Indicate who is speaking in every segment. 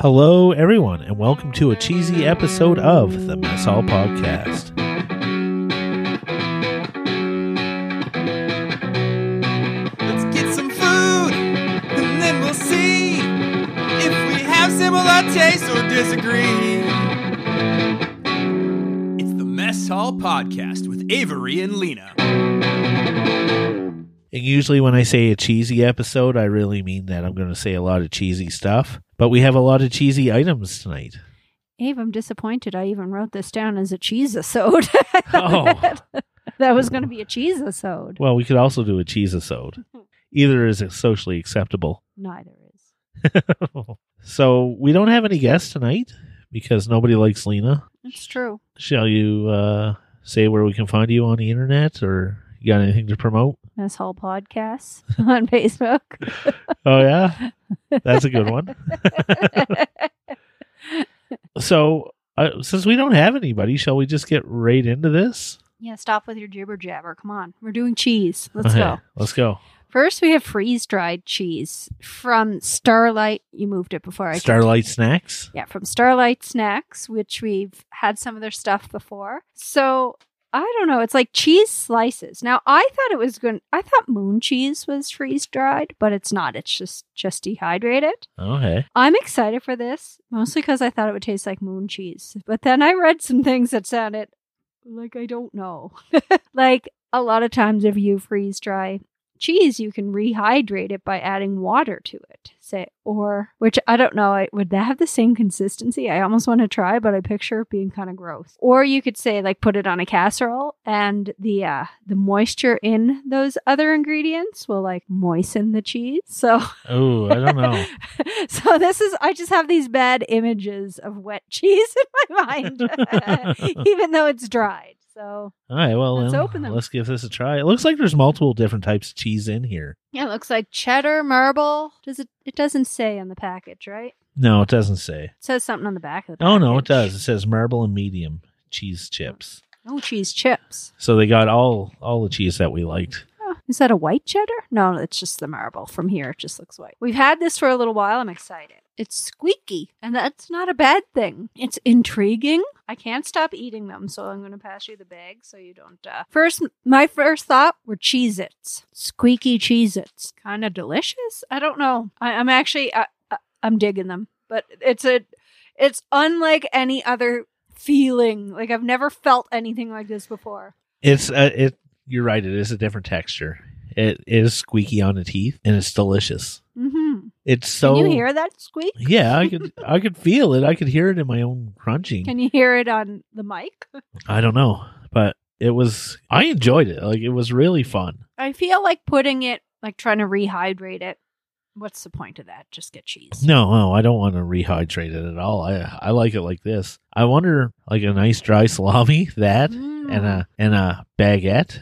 Speaker 1: Hello, everyone, and welcome to a cheesy episode of the Mess Hall Podcast.
Speaker 2: Let's get some food, and then we'll see if we have similar tastes or disagree. It's the Mess Hall Podcast with Avery and Lena.
Speaker 1: And usually, when I say a cheesy episode, I really mean that I'm going to say a lot of cheesy stuff. But we have a lot of cheesy items tonight.
Speaker 3: Ave, I'm disappointed. I even wrote this down as a cheese episode.
Speaker 1: Oh.
Speaker 3: that was going to be a cheese episode.
Speaker 1: Well, we could also do a cheese episode. Either is socially acceptable.
Speaker 3: Neither is.
Speaker 1: so we don't have any guests tonight because nobody likes Lena.
Speaker 3: It's true.
Speaker 1: Shall you uh, say where we can find you on the internet, or you got anything to promote?
Speaker 3: Mess Hall Podcasts on Facebook.
Speaker 1: Oh yeah, that's a good one. so uh, since we don't have anybody, shall we just get right into this?
Speaker 3: yeah, stop with your jibber jabber. Come on. We're doing cheese. Let's
Speaker 1: Okay,
Speaker 3: go.
Speaker 1: Let's go.
Speaker 3: First, we have freeze dried cheese from Starlight. You moved it before I could-
Speaker 1: Starlight snacks.
Speaker 3: Yeah, from Starlight Snacks, which we've had some of their stuff before. So I don't know. It's like cheese slices. Now I thought it was going. I thought moon cheese was freeze dried, but it's not. It's just just dehydrated.
Speaker 1: Okay.
Speaker 3: I'm excited for this mostly because I thought it would taste like moon cheese. But then I read some things that sounded like I don't know. like a lot of times, if you freeze dry cheese, you can rehydrate it by adding water to it. Say, or which I don't know, I- would that have the same consistency? I almost want to try, but I picture it being kind of gross. Or you could say like put it on a casserole, and the uh, the moisture in those other ingredients will like moisten the cheese. So
Speaker 1: Oh, I don't know.
Speaker 3: so this is I just have these bad images of wet cheese in my mind, even though it's dried. So
Speaker 1: All right. Well,
Speaker 3: Let's
Speaker 1: then,
Speaker 3: open them.
Speaker 1: Let's give this a try. It looks like there's multiple different types of cheese in here.
Speaker 3: yeah, it looks like cheddar, marble. Does it? It doesn't say on the package, right?
Speaker 1: No, it doesn't say.
Speaker 3: It says something on the back of the.
Speaker 1: Oh no, it
Speaker 3: package.
Speaker 1: does. It says marble and medium cheese chips.
Speaker 3: No cheese chips.
Speaker 1: So they got all all the cheese that we liked.
Speaker 3: Oh, is that a white cheddar? No, it's just the marble from here. It just looks white. We've had this for a little while. I'm excited. It's squeaky, and that's not a bad thing. It's intriguing. I can't stop eating them, so I'm going to pass you the bag so you don't. Uh... First, my first thought were Cheez Its. Squeaky Cheez Its. Kind of delicious. I don't know. I, I'm actually, I, I, I'm digging them, but it's a, it's unlike any other feeling. Like, I've never felt anything like this before.
Speaker 1: It's uh, it. You're right. It is a different texture. It is squeaky on the teeth, and it's delicious.
Speaker 3: Mm-hmm.
Speaker 1: It's so.
Speaker 3: Can you hear that squeak?
Speaker 1: Yeah, I could I could feel it. I could hear it in my own crunching.
Speaker 3: Can you hear it on the mic?
Speaker 1: I don't know, but it was. I enjoyed it. Like it was really fun.
Speaker 3: I feel like putting it, like trying to rehydrate it. What's the point of that? Just get cheese.
Speaker 1: No, no, I don't want to rehydrate it at all. I I like it like this. I wonder, like a nice dry salami, that
Speaker 3: Mm.
Speaker 1: and uh, a and a baguette.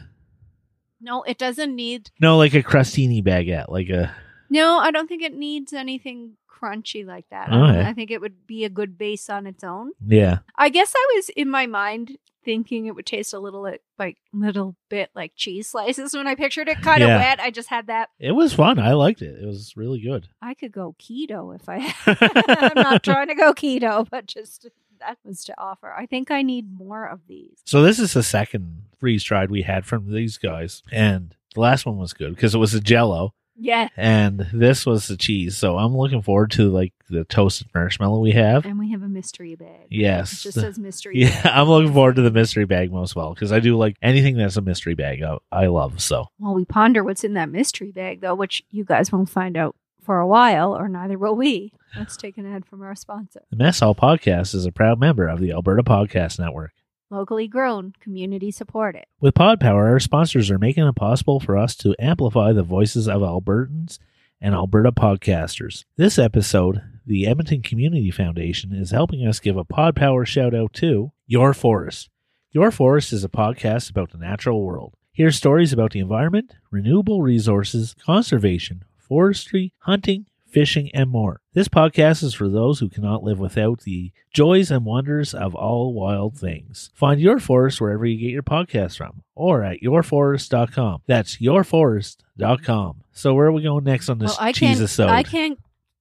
Speaker 3: no, it doesn't need.
Speaker 1: No, like a crustini baguette, like a
Speaker 3: No, I don't think it needs anything crunchy like that. I
Speaker 1: Oh,
Speaker 3: don't-
Speaker 1: yeah.
Speaker 3: I think it would be a good base on its own.
Speaker 1: yeah.
Speaker 3: I guess I was in my mind thinking it would taste a little like, like little bit like cheese slices when I pictured it kind of
Speaker 1: Yeah.
Speaker 3: wet. I just had that.
Speaker 1: It was fun. I liked it. It was really good.
Speaker 3: I could go keto if I. I'm not trying to go keto, but just that was to offer. I think I need more of these.
Speaker 1: So this is the second freeze dried we had from these guys, and the last one was good because it was a Jello,
Speaker 3: Yeah.
Speaker 1: and this was the cheese. So I'm looking forward to like the toasted marshmallow we have.
Speaker 3: And we have a mystery bag. It
Speaker 1: Yes,
Speaker 3: just says mystery
Speaker 1: yeah,
Speaker 3: bag.
Speaker 1: I'm looking forward to the mystery bag most well because I do like anything that's a mystery bag. I, I love so.
Speaker 3: While we ponder what's in that mystery bag, though, which you guys won't find out for a while, or neither will we. Let's take an ad from our sponsor.
Speaker 1: The Mess Hall Podcast is a proud member of the Alberta Podcast Network.
Speaker 3: Locally grown, community supported.
Speaker 1: With Pod Power, our sponsors are making it possible for us to amplify the voices of Albertans and Alberta podcasters. This episode, the Edmonton Community Foundation is helping us give a Pod Power shout out to Your Forest. Your Forest is a podcast about the natural world. Hear stories about the environment, renewable resources, conservation, forestry, hunting, fishing, and more. This podcast is for those who cannot live without the joys and wonders of all wild things. Find Your Forest wherever you get your podcast from or at yourforest.com. That's yourforest.com. So where are we going next on this
Speaker 3: well, I
Speaker 1: cheese
Speaker 3: can't. I
Speaker 1: episode?
Speaker 3: can't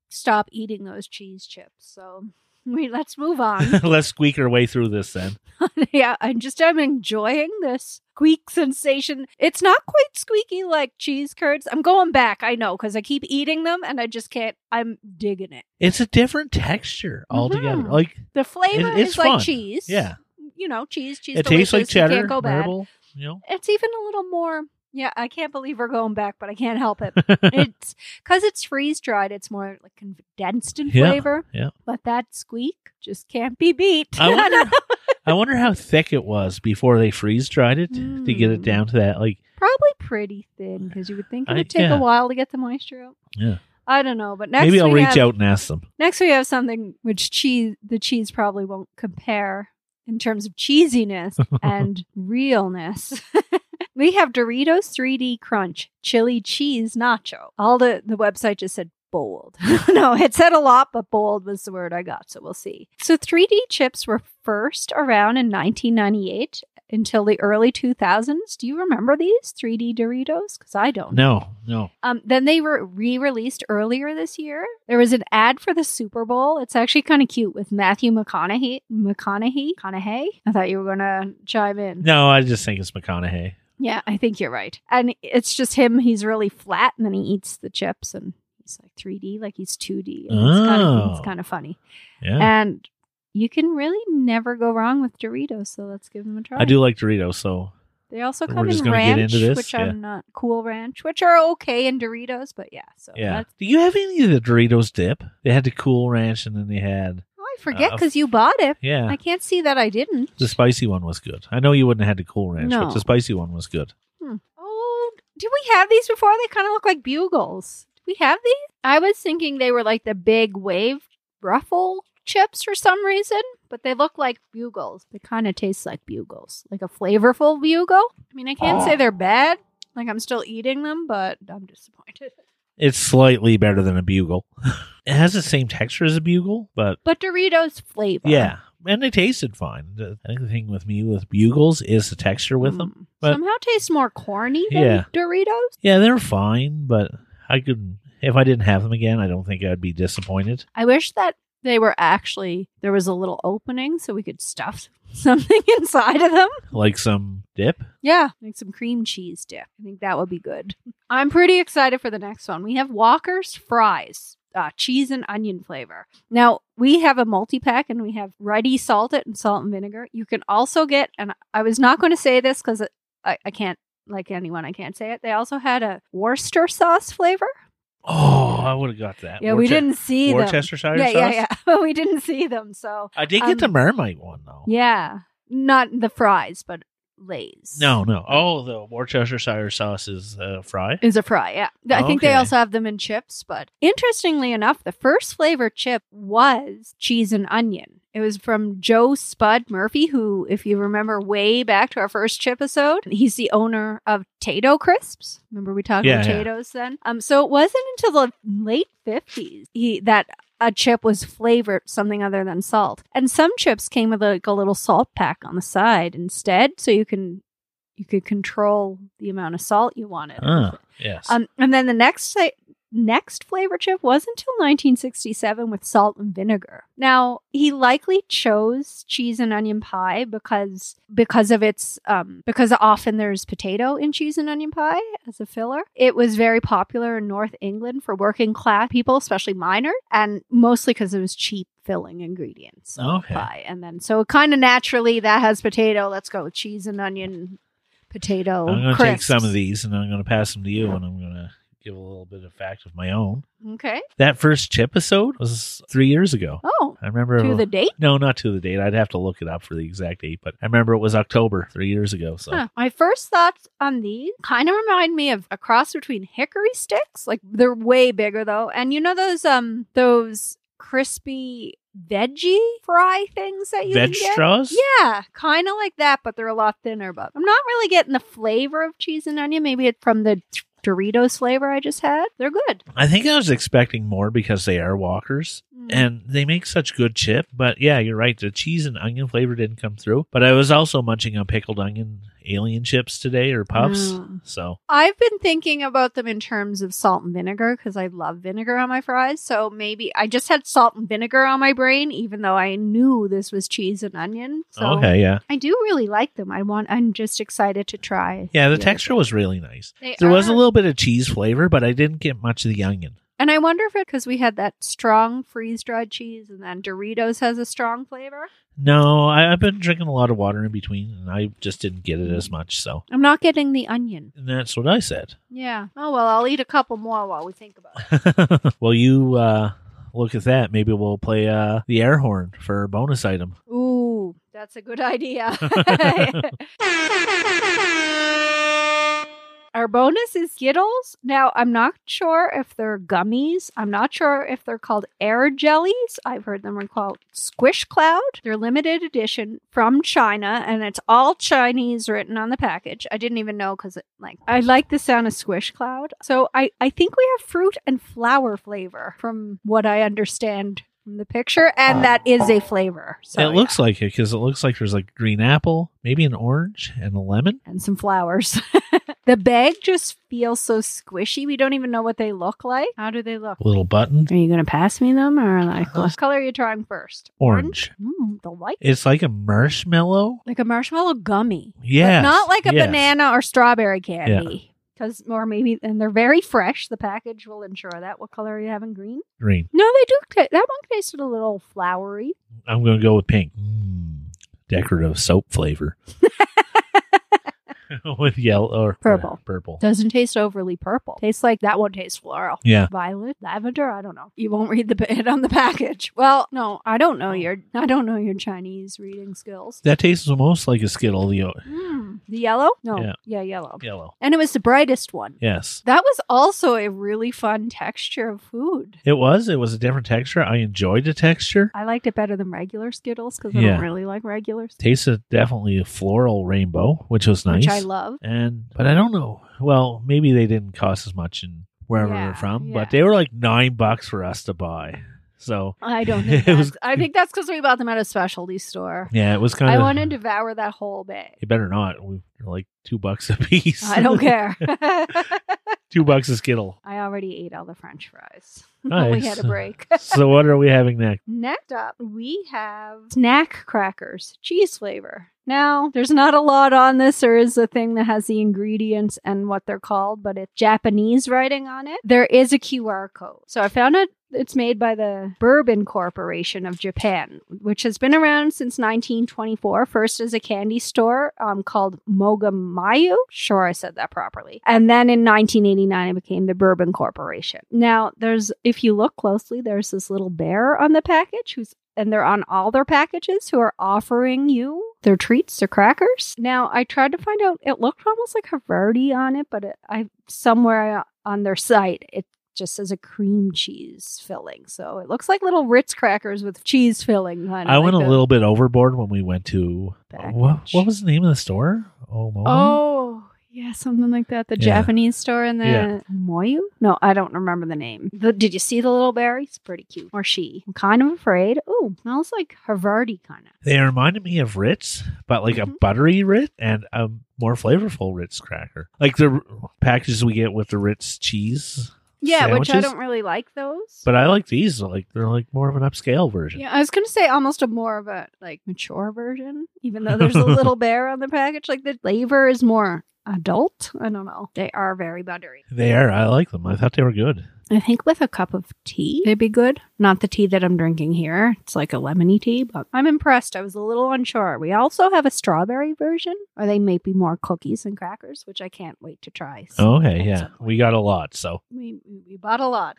Speaker 3: stop eating those cheese chips. So we let's move on.
Speaker 1: Let's squeak our way through this then.
Speaker 3: yeah, I'm just I'm enjoying this squeak sensation. It's not quite squeaky like cheese curds. I'm going back, I know, because I keep eating them and I just can't. I'm digging it.
Speaker 1: It's a different texture altogether.
Speaker 3: Mhm.
Speaker 1: Like,
Speaker 3: The flavor
Speaker 1: It- it's
Speaker 3: is like
Speaker 1: fun.
Speaker 3: cheese.
Speaker 1: yeah,
Speaker 3: you know, cheese, cheese.
Speaker 1: it tastes like
Speaker 3: delicious, you
Speaker 1: cheddar,
Speaker 3: Can't go bad.
Speaker 1: marble. You know,
Speaker 3: It's even a little more. Yeah, I can't believe we're going back, but I can't help it. it's because it's freeze dried. It's more like condensed in
Speaker 1: Yeah,
Speaker 3: flavor.
Speaker 1: yeah.
Speaker 3: But that squeak just can't be beat.
Speaker 1: I wonder, I wonder how thick it was before they freeze dried it to get it
Speaker 3: Mm.
Speaker 1: down to that. Like,
Speaker 3: Probably pretty thin because you would think it
Speaker 1: I-
Speaker 3: would take
Speaker 1: yeah.
Speaker 3: a while to get the moisture out.
Speaker 1: Yeah.
Speaker 3: I don't know, but next
Speaker 1: maybe I'll
Speaker 3: we
Speaker 1: reach
Speaker 3: have,
Speaker 1: out and ask them.
Speaker 3: Next we have something which cheese the cheese probably won't compare in terms of cheesiness and realness. we have Doritos 3D Crunch Chili Cheese Nacho. All the the website just said bold. no, it said a lot, but bold was the word I got, so we'll see. So 3D chips were first around in 1998 until the early 2000s. Do you remember these 3D Doritos? Cuz I don't.
Speaker 1: No, no.
Speaker 3: Um, then they were re released earlier this year. There was an ad for the Super Bowl. It's actually kind of cute with Matthew McConaughey. McConaughey? McConaughey? I thought you were going to chime in.
Speaker 1: No, I just think it's McConaughey.
Speaker 3: Yeah, I think you're right. And it's just him. He's really flat and then he eats the chips and he's like 3D, like he's 2D. And it's kind of
Speaker 1: Oh.
Speaker 3: it's kind of funny.
Speaker 1: Yeah.
Speaker 3: And you can really never go wrong with Doritos. So let's give them a try.
Speaker 1: I do like Doritos, so
Speaker 3: They also
Speaker 1: We're
Speaker 3: come
Speaker 1: just
Speaker 3: in
Speaker 1: gonna get
Speaker 3: ranch,
Speaker 1: into this,
Speaker 3: which
Speaker 1: yeah.
Speaker 3: I'm not cool ranch, which are okay in Doritos, but yeah. So
Speaker 1: yeah.
Speaker 3: that's
Speaker 1: Do you have any of the Doritos dip? They had the cool ranch and then they had
Speaker 3: Oh, I forget
Speaker 1: Uh,
Speaker 3: because you bought it.
Speaker 1: yeah.
Speaker 3: I can't see that I didn't.
Speaker 1: the spicy one was good. I know you wouldn't have had the cool ranch, but
Speaker 3: No.
Speaker 1: the spicy one was good.
Speaker 3: Hmm. Oh, did we have these before? They kind of look like bugles. Did we have these? I was thinking they were like the big wave ruffle chips for some reason, but they look like bugles. They kind of taste like bugles, like a flavorful bugle. I mean, I can't say they're bad. Like I'm still eating them, but I'm disappointed.
Speaker 1: It's slightly better than a bugle. it has the same texture as a bugle, but
Speaker 3: But Doritos flavor.
Speaker 1: yeah. And they tasted fine. The- I think the thing with me with bugles is the texture with them.
Speaker 3: Mm.
Speaker 1: but-
Speaker 3: Somehow tastes more corny than
Speaker 1: Yeah.
Speaker 3: Doritos.
Speaker 1: Yeah, they're fine, but I could if I didn't have them again, I don't think I'd be disappointed.
Speaker 3: I wish that they were actually there was a little opening so we could stuff something inside of them.
Speaker 1: Like some dip.
Speaker 3: Yeah, like some cream cheese dip. I think that would be good. I'm pretty excited for the next one. We have Walker's fries. Uh, cheese and onion flavor. Now we have a multi pack and we have ready salted and salt and vinegar. You can also get, and I was not going to say this because I, I can't, like anyone, I can't say it. They also had a Worcester sauce flavor.
Speaker 1: Oh, I would have got that.
Speaker 3: Yeah, we
Speaker 1: Worce-
Speaker 3: didn't see
Speaker 1: Worcestershire
Speaker 3: them. Yeah,
Speaker 1: sauce.
Speaker 3: yeah, yeah. we didn't see them. So
Speaker 1: I did get
Speaker 3: Um,
Speaker 1: the Marmite one though.
Speaker 3: Yeah. Not the fries, but Lay's.
Speaker 1: No, no. Oh, the Worcestershire sauce is uh, fry.
Speaker 3: Is a fry, yeah. Th- I think
Speaker 1: Okay.
Speaker 3: they also have them in chips, but interestingly enough, the first flavor chip was cheese and onion. It was from Joe Spud Murphy, who, if you remember way back to our first chip episode, he's the owner of Tato Crisps. Remember we talked
Speaker 1: Yeah,
Speaker 3: about
Speaker 1: yeah.
Speaker 3: Tato's then? Um, so it wasn't until the late fifties he that a chip was flavored something other than salt. And some chips came with like a little salt pack on the side instead, so you can you could control the amount of salt you wanted.
Speaker 1: Ah, yes.
Speaker 3: Um, and then the next sa- next flavor chip was until 1967 with salt and vinegar. Now he likely chose cheese and onion pie because because of its um, because often there's potato in cheese and onion pie as a filler. It was very popular in North England for working class people, especially minor, and mostly because it was cheap filling ingredients. of
Speaker 1: Okay.
Speaker 3: Pie. And then so kind of naturally that has potato. Let's go with cheese and onion. Potato.
Speaker 1: I'm going to take some
Speaker 3: crisps.
Speaker 1: of these and I'm going to pass them to you and I'm going to give a little bit of fact of my own.
Speaker 3: Okay.
Speaker 1: That first chip episode was three years ago.
Speaker 3: Oh,
Speaker 1: I remember.
Speaker 3: to the date?
Speaker 1: no, not to the date. I'd have to look it up for the exact date, but I remember it was October three years ago. So
Speaker 3: Huh. My first thoughts on these kind of remind me of a cross between hickory sticks. Like they're way bigger though. And you know those um those crispy veggie fry things that Uh, you can
Speaker 1: veg
Speaker 3: get?
Speaker 1: straws.
Speaker 3: Yeah, kind of like that, but they're a lot thinner. But I'm not really getting the flavor of cheese and onion. Maybe it's from the Doritos flavor I just had. They're good.
Speaker 1: I think I was expecting more because they are walkers,
Speaker 3: Mm.
Speaker 1: and they make such good chip. But yeah, you're right. The cheese and onion flavor didn't come through. But I was also munching on pickled onion alien chips today or puffs.
Speaker 3: Mm.
Speaker 1: So
Speaker 3: I've been thinking about them in terms of salt and vinegar because I love vinegar on my fries. So maybe I just had salt and vinegar on my brain, even though I knew this was cheese and onion. So
Speaker 1: okay, yeah,
Speaker 3: I do really like them. I want. I'm just excited to try.
Speaker 1: yeah. The
Speaker 3: other
Speaker 1: texture
Speaker 3: thing.
Speaker 1: was really nice.
Speaker 3: They
Speaker 1: There was a
Speaker 3: are-
Speaker 1: little bit of cheese flavor, but I didn't get much of the onion.
Speaker 3: and I wonder if it because we had that strong freeze dried cheese, and then Doritos has a strong flavor.
Speaker 1: No, I, I've been drinking a lot of water in between, and I just didn't get it as
Speaker 3: Mm.
Speaker 1: much. So
Speaker 3: I'm not getting the onion.
Speaker 1: and that's what I said.
Speaker 3: Yeah. Oh well, I'll eat a couple more while we think about it.
Speaker 1: well, you uh, look at that. Maybe we'll play uh, the air horn for a bonus item.
Speaker 3: Ooh, that's a good idea. Our bonus is Skittles. Now, I'm not sure if they're gummies. I'm not sure if they're called air jellies. I've heard them are called Squish Cloud. They're limited edition from China, and it's all Chinese written on the package. I didn't even know because, like, I like the sound of Squish Cloud. So I, I think we have fruit and flower flavor from what I understand from the picture, and that is a flavor. So
Speaker 1: Uh, oh. it
Speaker 3: Oh, yeah.
Speaker 1: looks like it because it looks like there's like green apple, maybe an orange and a lemon.
Speaker 3: and some flowers. the bag just feels so squishy. We don't even know what they look like. How do they look?
Speaker 1: A little button,
Speaker 3: Are you going to pass me them or like what color are you trying first?
Speaker 1: orange.
Speaker 3: Mm, the light.
Speaker 1: It's like a marshmallow.
Speaker 3: Like a marshmallow gummy.
Speaker 1: Yeah,
Speaker 3: But not like a
Speaker 1: yes.
Speaker 3: banana or strawberry candy. Because, or maybe, and they're very fresh. The package will ensure that. What color are you having? Green?
Speaker 1: Green.
Speaker 3: No, they do. ta- that one tasted a little flowery.
Speaker 1: I'm gonna go with pink. Mm, decorative soap flavor with yellow or
Speaker 3: Purple.
Speaker 1: Purple.
Speaker 3: Doesn't taste overly purple. Tastes like that one tastes floral.
Speaker 1: Yeah.
Speaker 3: violet, lavender. I don't know. You won't read the bit on the package. Well, no, I don't
Speaker 1: Oh.
Speaker 3: know your I don't know your Chinese reading skills.
Speaker 1: That tastes almost like a Skittle. The o-
Speaker 3: Mm, the yellow? No,
Speaker 1: Yeah.
Speaker 3: yeah, yellow.
Speaker 1: yellow.
Speaker 3: And it was the brightest one.
Speaker 1: Yes.
Speaker 3: That was also a really fun texture of food.
Speaker 1: It was. It was a different texture. I enjoyed the texture.
Speaker 3: I liked it better than regular Skittles because I
Speaker 1: Yeah.
Speaker 3: don't really like regular Skittles,
Speaker 1: Tasted definitely a floral rainbow, which was nice.
Speaker 3: which I love.
Speaker 1: And but I don't know. Well, maybe they didn't cost as much in wherever
Speaker 3: Yeah,
Speaker 1: they're from,
Speaker 3: yeah.
Speaker 1: but they were like nine bucks for us to buy. So
Speaker 3: I don't think
Speaker 1: It
Speaker 3: that's,
Speaker 1: was-
Speaker 3: I think that's because we bought them at a specialty store.
Speaker 1: yeah, it was kind
Speaker 3: I
Speaker 1: of.
Speaker 3: want to devour that whole bag.
Speaker 1: You better not. We are like two bucks a piece.
Speaker 3: I don't care.
Speaker 1: two bucks a skittle.
Speaker 3: I already ate all the French fries.
Speaker 1: Nice.
Speaker 3: we had a break.
Speaker 1: so what are we having next?
Speaker 3: Next up, we have snack crackers, cheese flavor. Now, there's not a lot on this. There is a thing that has the ingredients and what they're called, but it's Japanese writing on it. There is a QR code. So I found it. It's made by the Bourbon Corporation of Japan, which has been around since 1924. First as a candy store um, called Mogamayu. Sure, I said that properly. And then in 1989, it became the Bourbon Corporation. Now, there's, if you look closely, there's this little bear on the package who's and they're on all their packages who are offering you their treats, their crackers. Now, I tried to find out, it looked almost like Havarti on it, but it, I somewhere on their site, it just says a cream cheese filling. So it looks like little Ritz crackers with cheese filling. Kind of
Speaker 1: I
Speaker 3: like
Speaker 1: went a
Speaker 3: the-
Speaker 1: little bit overboard when we went to what,
Speaker 3: Package.
Speaker 1: what was the name of the store? Oh, Momo?
Speaker 3: Oh, yeah, something like that. The
Speaker 1: Yeah.
Speaker 3: Japanese store in the
Speaker 1: Yeah.
Speaker 3: Moyu? No, I don't remember the name. The, did you see the little berry? It's pretty cute. Or she. I'm kind of afraid. Oh, smells like Havarti kind of.
Speaker 1: They reminded me of Ritz, but like a
Speaker 3: Mhm.
Speaker 1: buttery Ritz and a more flavorful Ritz cracker. Like the r- packages we get with the Ritz cheese.
Speaker 3: Yeah, which I
Speaker 1: Sandwiches?
Speaker 3: don't really like those.
Speaker 1: But I like these. Like they're like more of an upscale version.
Speaker 3: yeah, I was gonna say almost a more of a like mature version, even though there's a little bear on the package. Like the flavor is more adult. I don't know. They are very buttery.
Speaker 1: They are. I like them. I thought they were good.
Speaker 3: I think with a cup of tea, they'd be good. Not the tea that I'm drinking here. It's like a lemony tea, but I'm impressed. I was a little unsure. We also have a strawberry version, or they may be more cookies and crackers, which I can't wait to try. So
Speaker 1: Oh, Okay, yeah. We got a lot, so
Speaker 3: We, we bought a lot.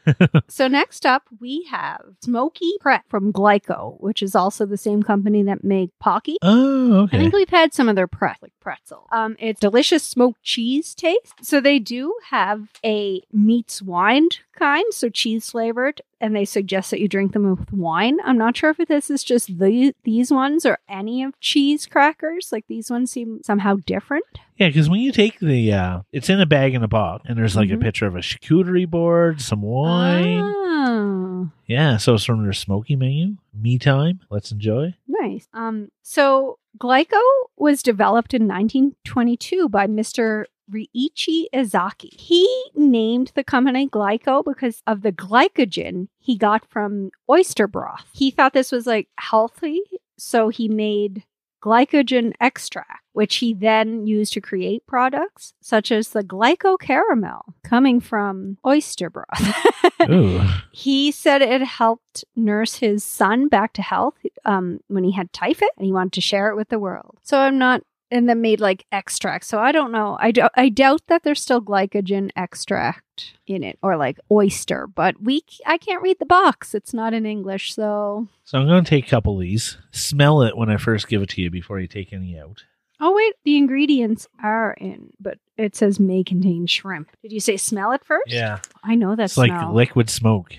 Speaker 3: so next up, we have Smoky Prep from Glyco, which is also the same company that make Pocky.
Speaker 1: Oh,
Speaker 3: I
Speaker 1: okay.
Speaker 3: think we've had some of their pret- like pretzel. Um, it's delicious smoked cheese taste. So they do have a meats wind kinds, so cheese flavored, and they suggest that you drink them with wine. I'm not sure if this is just the, these ones or any of cheese crackers. Like these ones seem somehow different.
Speaker 1: Yeah, because when you take the, uh, it's in a bag in a box, and there's like
Speaker 3: Mhm.
Speaker 1: a picture of a charcuterie board, some wine.
Speaker 3: Oh.
Speaker 1: Yeah, so it's from their smoky menu. Me time. Let's enjoy.
Speaker 3: Nice. Um, so glyco was developed in 1922 by Mr. Riichi Izaki. He named the company Glyco because of the glycogen he got from oyster broth. He thought this was like healthy, so he made glycogen extract, which he then used to create products such as the glyco caramel coming from oyster broth.
Speaker 1: Ooh.
Speaker 3: He said it helped nurse his son back to health um, when he had typhus, and he wanted to share it with the world. So I'm not, and then made like extract. So I don't know. I, do, I doubt that there's still glycogen extract in it or like oyster, but we c- I can't read the box. It's not in English, so.
Speaker 1: so I'm going to take a couple of these. Smell it when I first give it to you before you take any out.
Speaker 3: Oh wait, the ingredients are in, but it says may contain shrimp. Did you say smell it first?
Speaker 1: Yeah.
Speaker 3: I know that
Speaker 1: It's like
Speaker 3: smell.
Speaker 1: liquid smoke.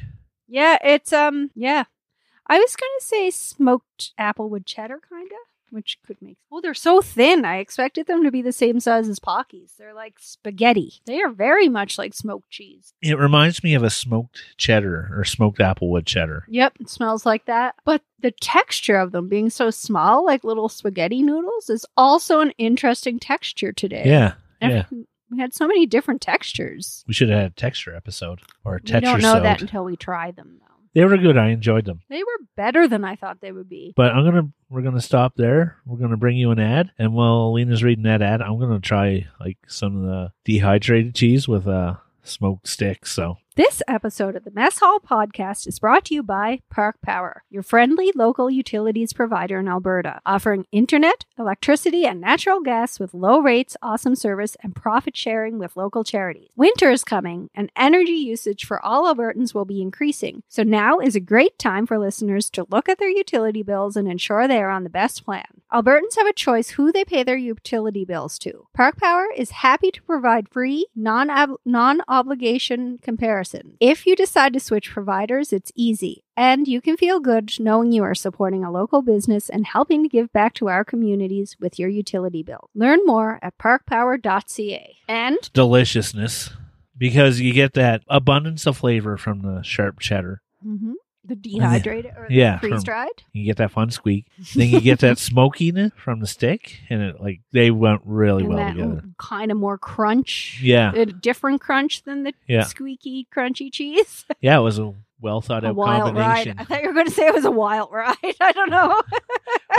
Speaker 3: Yeah, it's um yeah. I was gonna say smoked applewood cheddar kinda, which could make Oh, they're so thin. I expected them to be the same size as Pockies. They're like spaghetti. They are very much like smoked cheese.
Speaker 1: It reminds me of a smoked cheddar or smoked applewood cheddar.
Speaker 3: Yep, it smells like that. But the texture of them being so small, like little spaghetti noodles, is also an interesting texture today.
Speaker 1: Yeah.
Speaker 3: And We had so many different textures.
Speaker 1: We should have had a texture episode or a
Speaker 3: We don't
Speaker 1: texture
Speaker 3: know that
Speaker 1: episode.
Speaker 3: until we try them though.
Speaker 1: They were good. I enjoyed them.
Speaker 3: They were better than I thought they would be.
Speaker 1: But I'm gonna we're gonna stop there. We're gonna bring you an ad, and while Lena's reading that ad, I'm gonna try like some of the dehydrated cheese with uh smoked sticks. So
Speaker 3: This episode of the Mess Hall Podcast is brought to you by Park Power, your friendly local utilities provider in Alberta, offering internet, electricity, and natural gas with low rates, awesome service, and profit sharing with local charities. Winter is coming, and energy usage for all Albertans will be increasing, so now is a great time for listeners to look at their utility bills and ensure they are on the best plan. Albertans have a choice who they pay their utility bills to. Park Power is happy to provide free, non non obligation comparison. If you decide to switch providers, it's easy, and you can feel good knowing you are supporting a local business and helping to give back to our communities with your utility bill. Learn more at parkpower.ca. And
Speaker 1: deliciousness because you get that abundance of flavor from the sharp cheddar.
Speaker 3: the dehydrated or the
Speaker 1: Yeah, from-
Speaker 3: freeze dried.
Speaker 1: You get that fun squeak. then you get that smokiness from the stick, and it like they went really
Speaker 3: and
Speaker 1: well
Speaker 3: that
Speaker 1: together.
Speaker 3: kind of more crunch.
Speaker 1: Yeah,
Speaker 3: A different crunch than the
Speaker 1: Yeah.
Speaker 3: squeaky, crunchy cheese.
Speaker 1: yeah, it was a well thought
Speaker 3: a
Speaker 1: out
Speaker 3: wild ride.
Speaker 1: combination.
Speaker 3: I thought you were going to say it was a wild ride. I don't know.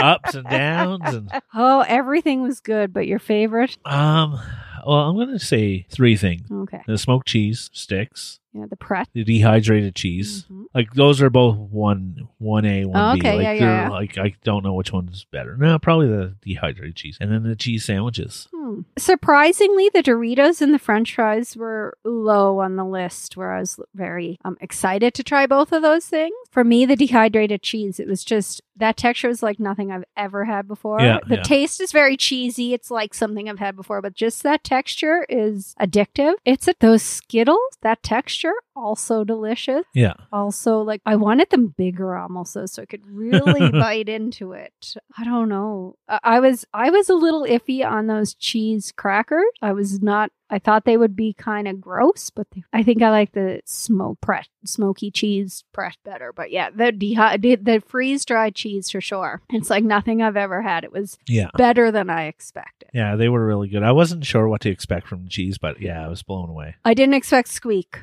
Speaker 1: Ups and downs, and
Speaker 3: oh, everything was good, but your favorite?
Speaker 1: um, well, I'm gonna say three things:
Speaker 3: Okay.
Speaker 1: the smoked cheese sticks,
Speaker 3: Yeah, the press.
Speaker 1: the dehydrated cheese.
Speaker 3: Mhm.
Speaker 1: Like those are both one one A one B.
Speaker 3: Oh, Okay,
Speaker 1: like
Speaker 3: yeah, yeah,
Speaker 1: they're
Speaker 3: yeah.
Speaker 1: like I don't know which one's better. No, probably the dehydrated cheese, and then the cheese sandwiches.
Speaker 3: Hmm. Surprisingly, the Doritos and the French fries were low on the list, where I was very um, excited to try both of those things. For me, the dehydrated cheese, it was just that texture was like nothing I've ever had before.
Speaker 1: Yeah,
Speaker 3: the
Speaker 1: yeah.
Speaker 3: taste is very cheesy. It's like something I've had before, but just that texture is addictive. It's at those Skittles, that texture, also delicious.
Speaker 1: Yeah,
Speaker 3: also like I wanted them bigger almost though, so I could really bite into it. I don't know. I, I was I was a little iffy on those cheese crackers. I was not. I thought they would be kind of gross, but they, I think I like the smoke pret smoky cheese pret better. But yeah, the dehy- the- the freeze dried cheese for sure. It's like nothing I've ever had. It was
Speaker 1: yeah,
Speaker 3: better than I expected.
Speaker 1: yeah. They were really good. I wasn't sure what to expect from the cheese, but yeah, I was blown away.
Speaker 3: I didn't expect squeak.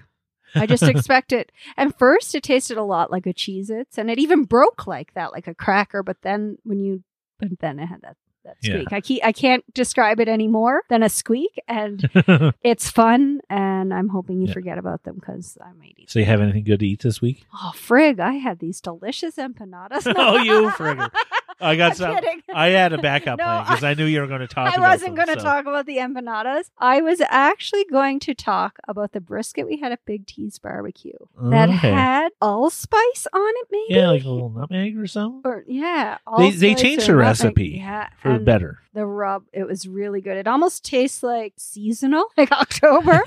Speaker 3: I just expect it. And first, it tasted a lot like a Cheez Its, and it even broke like that, like a cracker. But then, when you, but then it had that, that
Speaker 1: Yeah.
Speaker 3: squeak. I, keep, I can't describe it any more than a squeak, and it's fun. And I'm hoping you
Speaker 1: Yeah.
Speaker 3: forget about them because I might eat.
Speaker 1: so you have anything good to eat this week?
Speaker 3: Oh, frig, I had these delicious empanadas.
Speaker 1: Oh, you frigger. I got
Speaker 3: I'm
Speaker 1: some.
Speaker 3: kidding.
Speaker 1: I had a backup
Speaker 3: No,
Speaker 1: plan because I, knew you were going to talk.
Speaker 3: I
Speaker 1: about
Speaker 3: wasn't
Speaker 1: them,
Speaker 3: going to
Speaker 1: so-
Speaker 3: talk about the empanadas. I was actually going to talk about the brisket we had at Big T's barbecue that
Speaker 1: Okay.
Speaker 3: had allspice on it, maybe.
Speaker 1: yeah, like a little nutmeg or something
Speaker 3: Or, yeah,
Speaker 1: They- they
Speaker 3: allspice
Speaker 1: changed
Speaker 3: or
Speaker 1: the
Speaker 3: nothing.
Speaker 1: recipe
Speaker 3: yeah,
Speaker 1: for the
Speaker 3: and
Speaker 1: better.
Speaker 3: The rub, it was really good. It almost tastes like seasonal, like October,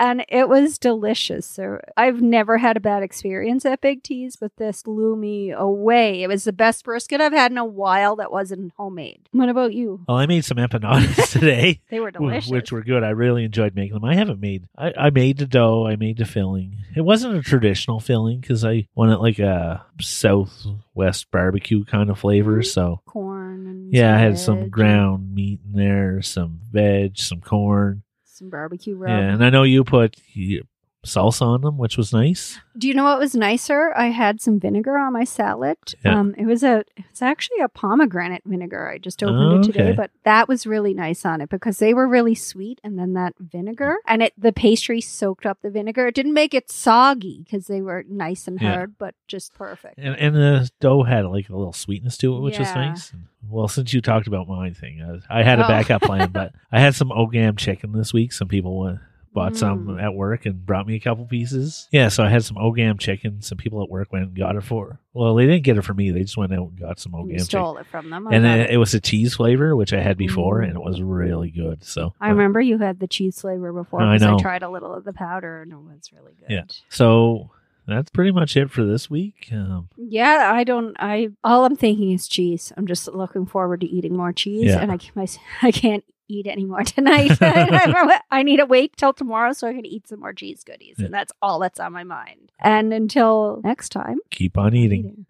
Speaker 3: and it was delicious. So I've never had a bad experience at Big T's, but this blew me away. It was the best brisket I've had in a while that wasn't homemade. What about you?
Speaker 1: well, I made some empanadas today.
Speaker 3: They were
Speaker 1: w-
Speaker 3: delicious.
Speaker 1: Which were good. I really enjoyed making them. I haven't made. I, I made the dough. I made the filling. It wasn't a traditional filling because I wanted like a Southwest barbecue kind of flavor.
Speaker 3: Mhm.
Speaker 1: So
Speaker 3: corn and
Speaker 1: yeah, I had
Speaker 3: veg
Speaker 1: some
Speaker 3: and
Speaker 1: ground meat in there, some veg, some corn.
Speaker 3: some barbecue rub.
Speaker 1: Yeah, and I know you put y- salsa on them, which was nice.
Speaker 3: Do you know what was nicer? I had some vinegar on my salad.
Speaker 1: Yeah.
Speaker 3: Um, it was a it's actually a pomegranate vinegar. I just opened it today,
Speaker 1: Oh, Okay.
Speaker 3: but that was really nice on it because they were really sweet, and then that
Speaker 1: Mm.
Speaker 3: vinegar and it the pastry soaked up the vinegar. It didn't make it soggy because they were nice and
Speaker 1: Yeah.
Speaker 3: hard, but just perfect.
Speaker 1: And, and the dough had like a little sweetness to it, which was
Speaker 3: Yeah.
Speaker 1: nice. Well, since you talked about my thing, I, I had a
Speaker 3: Oh.
Speaker 1: backup plan, but I had some ogam chicken this week. Some people wa- bought some
Speaker 3: Mm.
Speaker 1: at work and brought me a couple pieces. Yeah, so I had some ogam chicken. Some people at work went and got it for. Well, they didn't get it for me. They just went out and got some
Speaker 3: You
Speaker 1: ogam chicken.
Speaker 3: stole it from them. I
Speaker 1: And
Speaker 3: love
Speaker 1: it,
Speaker 3: it.
Speaker 1: it was a cheese flavor, which I had before, and it
Speaker 3: Mm.
Speaker 1: was really good. So
Speaker 3: I remember you had the cheese flavor before
Speaker 1: I
Speaker 3: because I,
Speaker 1: know.
Speaker 3: tried a little of the powder and it was really good.
Speaker 1: Yeah. So that's pretty much it for this week. Um,
Speaker 3: Yeah, I don't. I all I'm thinking is cheese. I'm just looking forward to eating more cheese,
Speaker 1: Yeah.
Speaker 3: and I can't. my- I can't eat anymore tonight. I need to wait till tomorrow so I can eat some more cheese goodies,
Speaker 1: Yeah.
Speaker 3: and that's all that's on my mind. And until next time,
Speaker 1: keep on eating.